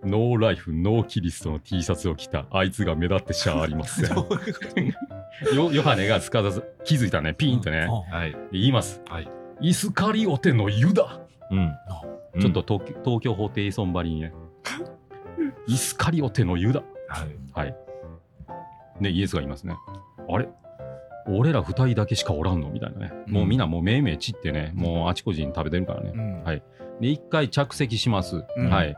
ノーライフ、ノーキリストの T シャツを着たあいつが目立ってしゃありま (laughs) せん。どういうことヨヨハネがすかさず気づいたね、ピンとね、うんはい。で言います。はいイスカリオテのユダ、うん。ちょっと東京東京法廷ソンばりにね。イスカリオテのユダ。ははい。い。で、イエスが言いますね。あれ俺ら二人だけしかおらんのみたいなね。うんもうみんなもうめいめい散ってね、もうあちこちに食べてるからね。うんはいで、一回着席します。うんはい。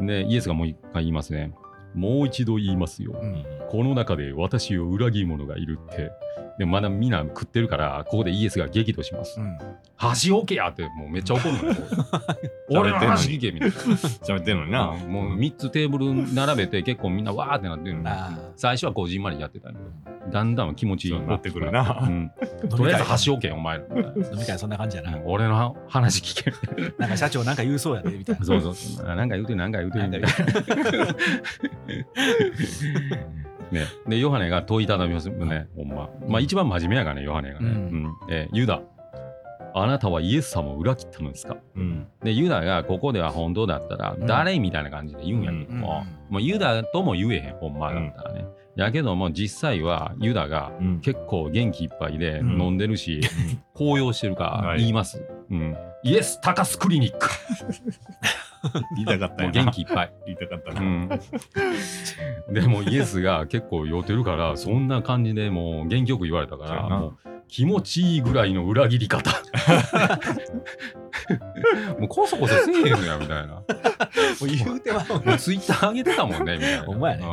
で、イエスがもう一回言いますね。もう一度言いますよ。うんこの中で私を裏切る者がいるって。で、まだみんな食ってるから、ここでイエスが激怒します。うん箸置けやって、もうめっちゃ怒るの (laughs) よ。俺の箸聞けみたいな。喋ってんのにな。うんもう3つテーブル並べて結構みんなわーってなってるのにあ最初はこうじんまりやってたけどだんだん気持ちいいそうなってくるうなんーとりあえず箸置けお前らみたいな飲み会そんな感じやうな。ん俺の話聞けみたいなんか社長なんか言うそうやで、みたいな。なそうそうそうあなんか言うてるなんか言うてるみたいなねでヨハネが問いただみますよねほんままあ一番真面目やからねヨハネがね、うんうんえーユダあなたはイエス様を裏切ったのですかうん。でユダがここでは本当だったらうん誰みたいな感じで言うんやけども、もうユダとも言えへんほんまだったらね、やけども実際はユダがうん。結構元気いっぱいでうん飲んでるし、高揚してるからはい言います、うん、イエスタカスクリニック言いたかったもうよな。元気いっぱい、言いたかったうな。 (laughs) ん、でもイエスが結構酔ってるからそんな感じでもう元気よく言われたかそうやらなもう気持ちいいぐらいの裏切り方 (laughs) もうこそこそせえへんのやみたいなもう言うてまうもうツイッター上げてたもんねみたいなほんまやねう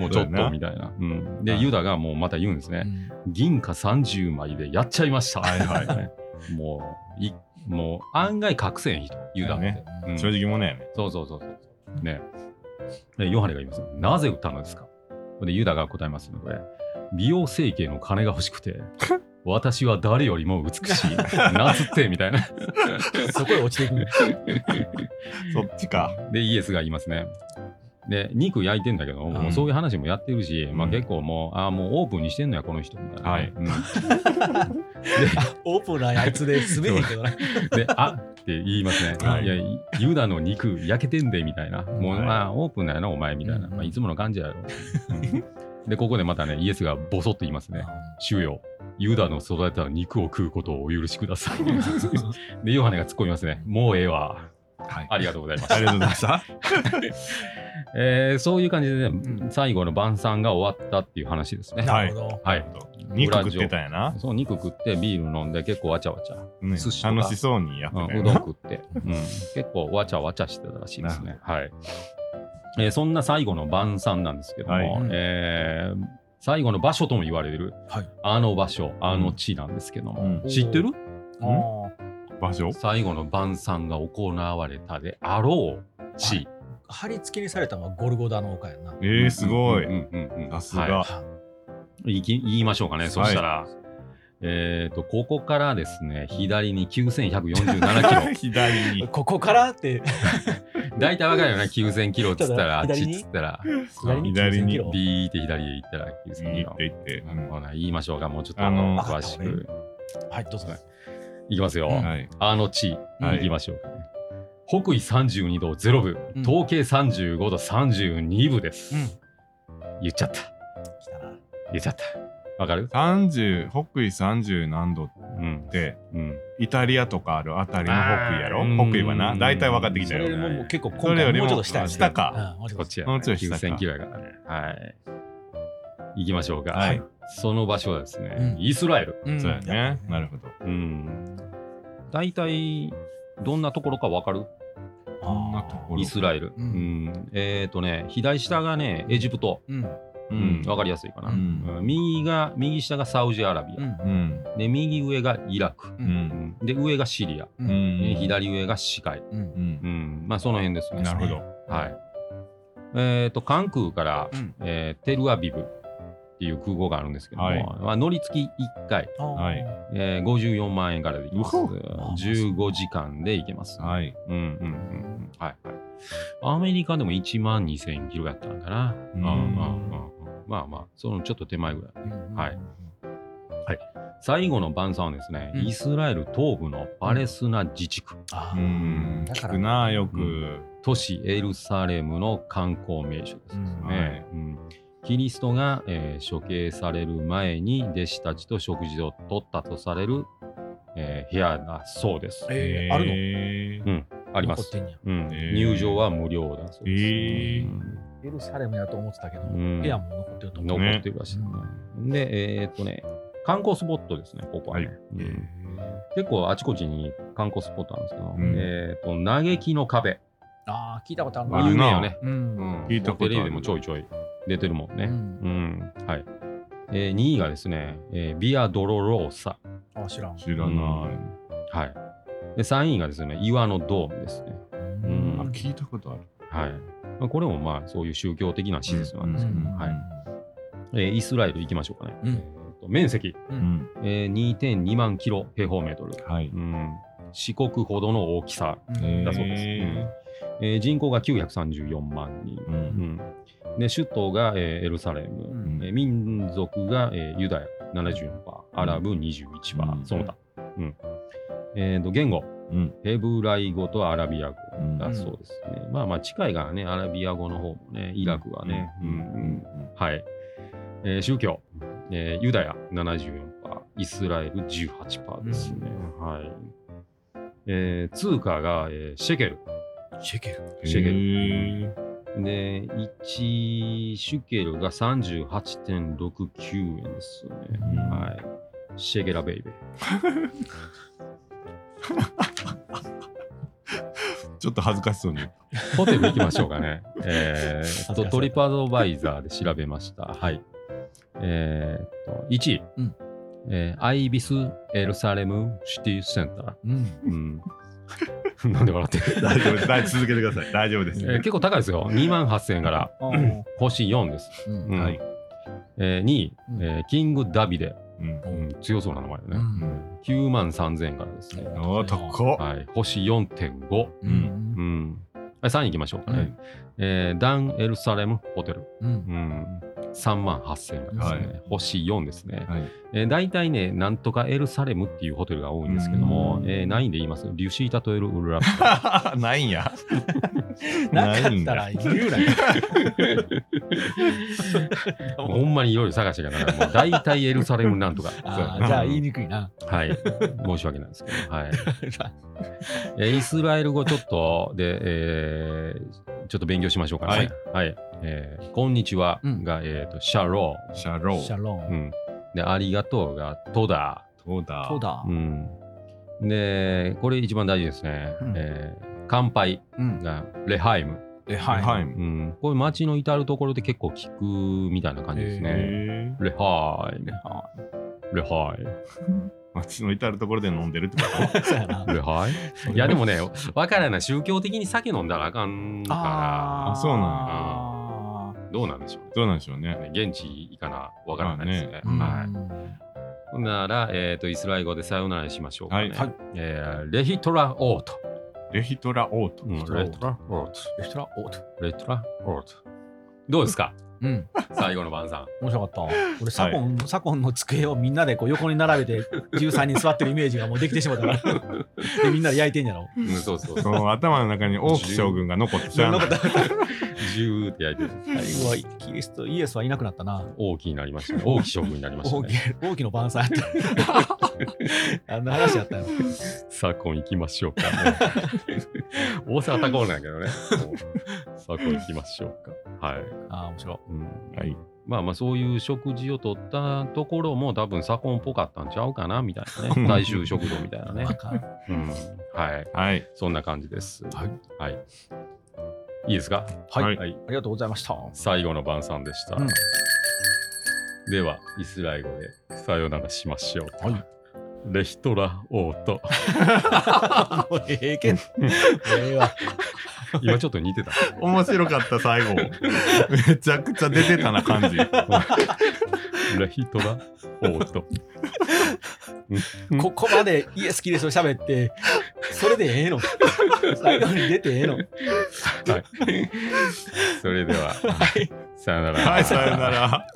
んもうちょっとみたいな、うん、でユダがもうまた言うんですね、銀貨30枚でやっちゃいました。はいはいは (laughs) もう、いもう案外隠せん人、ユダって、ねうん正直者やね。そうそうそうそう。ね。で、ヨハネが言います。なぜ売ったのですかで、ユダが答えますので、美容整形の金が欲しく (laughs) て、私は誰よりも美しい。なつって、みたいな。そこへ落ちてい (laughs) くんだそっちか。で、イエスが言いますね。で、肉焼いてんだけど、もうそういう話もやってるし、まあ、うん結構もう、ああ、もうオープンにしてんのや、この人、みたいな。はいうんオープンなあいつで滑れへんけどなで、あって言いますね。、はいいや、ユダの肉焼けてんで、みたいな。もう、はいあオープンだよな、お前、みたいな。うんうんまあ、いつもの感じだよ。で、ここでまたね、イエスがボソッと言いますね。主よ、ユダの育てた肉を食うことをお許しください。 (laughs) (laughs) で、ヨハネが突っ込みますね。もうええわ。 (laughs) はい。ありがとうございます。ありがとうござい (laughs) ました。えーそういう感じでね、う最後の晩餐が終わったっていう話ですね。なるほどはい。肉食ってたんやな。そう、肉食って、ビール飲んで、結構わちゃわちゃ。ね寿司とか楽しそうにやってうんたようどんな。食って、うん、結構わちゃわちゃしてたらしいですね。はいえーそんな最後の晩餐なんですけども、はいえー最後の場所とも言われる、はいあの場所あの地なんですけども、うん知ってるあー場所最後の晩餐が行われたであろう地。貼り付けにされたのはゴルゴダの丘やんなえー、すごいうん。うんうんうんさすはが。い、いき言いましょうかね、そしたら。えー、とここからですね左に9147キロ (laughs) 左に。ここからって大体わかるよね9000キロっつったらあっちっつったら左に左に9000キロビーって左へ行ったら9000キ右ロって言って。うんほな言いましょうか、もうちょっとあの詳しわかく。はいどうぞいきますよ。うんはい。あの地、はいいきましょうかね。北緯32度0分、うん東経35度32分です。うん言っちゃった。来たな言っちゃった。わかる30、北緯30何度っうん。て、うん。イタリアとかあるあたりの北緯やろあー北緯はうな。ん大体分かってきそたれよりよ。ももう結構そ今れよ回りももうちょっと下やね下か。うんもうちょこっっとちや、こね。っちは下か9000キロやからね。はい。行きましょうか。はい。その場所はですね、うんイスラエル。うんそうやね。なるほど。うん。大体、どんなところかわかるあーこんなところ。イスラエル。ううんん。えっ、とね、左下がね、エジプト。うんううんん。、わかりやすいかな、ううんうん右が右下がサウジアラビア、うんうん。で右上がイラク、う。うんんで上がシリア、ううんでん。左上がシカイ、うんうん。うん、まあその辺ですね。なるほど。はい。えっ、と関空から、うんえーテルアビブっていう空港があるんですけども、はいまあ乗り付き1回、あーはいえー、54万円からで行きます。うほ15時間で行けます。はい。うんうんうんうん。はいはい。アメリカでも1万2000キロやったんかな。うんうんうんうんうんまあまあ、そのちょっと手前ぐらい。うんはい最後の晩餐はですね、うんイスラエル東部のパレスナ自治区、あうーん。だか聞らくな、ようく。都市エルサレムの観光名所ですね。うんはいうんキリストが、えー処刑される前に弟子たちと食事をとったとされる、えー部屋だそうです。えーあるのるありま残っす、てんねやうんえー入場は無料だそうです。えーエルサレムやと思ってたけどうん部屋も残ってるとうん思う残ってるらしいね。で、えーっとね、観光スポットですね、ここはね。はうんえ結構あちこちに観光スポットあるんですけど、んえー、と嘆きの壁、ああ聞いたことあるままあ、あ有な名よね、うんうん聞いたことあるテレビでもちょいちょい出てるもんうね、んうんはいえー、2位がですね、えービア・ドロローサ、あ知らん知らうんなはい、で3位がですね岩のドームですね、い。んあ、聞いたことある。はいまあ、これもまあそういう宗教的な施設なんですけど、うんはいえーイスラエル行きましょうかね、うんえーと面積、ううんん。えー、2.2万キロ平方メートル、はい。うん、四国ほどの大きさうんだそうです、へーうんえー人口が934万人、う。うんんで首都が、えーエルサレム、うんえー民族が、えーユダヤ74%アラブ21%、うんその他、うんえーと言語、うんヘブライ語とアラビア語だそうですね。まあまあ近いからね、アラビア語の方もね、イラクはね。うんうんはい。えー宗教、えーユダヤ74%、イスラエル18%ですね。はい。えー通貨が、えーシェケル。シェケル。シェケルル。で、1シュケルが38.69円ですね。うんはい。シェケラベイベー。ちょっと恥ずかしそ (laughs) うに。ホテル行きましょうか (laughs) ね。えーっ恥ずかしと、いトリップアドバイザーで調べました。はい。えーっと、1位、うんえーアイビス・エルサレム・シティ・センタうん。ー。うん。 (laughs) なんで笑ってる、大丈夫です大。続けてください。大丈夫でえす。ー結構高いですよ。2万8000円から、あー星4です。うんうんはいえ2位、うんえーキング・ダビデ。うんううんん、強そうな名前だうね。ん。 9万3000円からですね。おー、高っ。はい。星4.5。う。うんん。3位行きましょうかね。はいえーダン・エルサレム・ホテル。うん。うん、3万8000円ですね、は星4ですね、はいえー。大体ね、なんとかエルサレムっていうホテルが多いんですけどもう、んえー、ないんで言います。リュシータトエルウルラ (laughs) プないんや。なかったら言うなよ。ほんまにいろいろ探してからな、もう大体エルサレムなんとか。あーじゃあ言いにくいな。はい。申し訳ないですけど、はい。 (laughs) えーイスラエル語ちょっとで、えーちょっと勉強しましょうかね。はい。えーこんにちはが、えーと、シャロシャロシーャ。ロー。うン。ん。で、ありがとうが、トダー。トダ。そう。だう。ん、でこれ一番大事ですね、うんえー乾杯うん。がレハイム、え、はい。はうい。ん、これ街の至る所で結構聞くみたいな感じですねへーレハイムはレハイ街の至るところで飲んでるってこ (laughs) い。そうやなム。レハ (laughs) イいやでもねわからない宗教的に酒飲んだらあかんあかあそうなんやらどうなんでしょうと。どうなんでしょうね。ね現地いいかなわからないですね、うんはいほんなら、えー、とイスラエル語でさよならしましょうか、ねはいはいえーレヒトラオート、レヒトラオート。うんレヒトラオートエストラオート。レトラオート。どうですかうん。最後の晩餐。面白か (laughs) った。俺、左近、左近の机をみんなでこう横に並べて、13人座ってるイメージがもうできてしまった (laughs) から。で、みんなで焼いてんやろ。うん、そうそうそそう。の頭の中に王毅将軍が残ってたなんかジューって焼いてる。すごい。キリスト、イエスはいなくなったな。大きになりましたね。大き将軍になりました大きね。大きの晩餐や (laughs) った。あんな話やったよ。昨今行きましょうか。大阪高尾なんやけどね。昨今行きましょうか。はい。ああ、面白。うんはい。まあまあそういう食事をとったところも多分左近っぽかったんちゃうかなみたいなね大衆食堂みたいないねあ、かんうん、はいはい。そんな感じですはい、はい、いいですかはい、はいありがとうございま (laughs) した。最後の晩餐でした、うんではイスラエル語でさよならしましょう、はいレヒトラオー (laughs) トもうえ (laughs) えけど。ええわ。今ちょっと似てた面白かった、最後。めちゃくちゃ出てたな、感じ。レヒトラオート (laughs) ここまでイエス・キリスト喋って、それでええ (laughs) の。最後に出てええの。は (laughs) いそれでは、さよなら、はい、さよなら。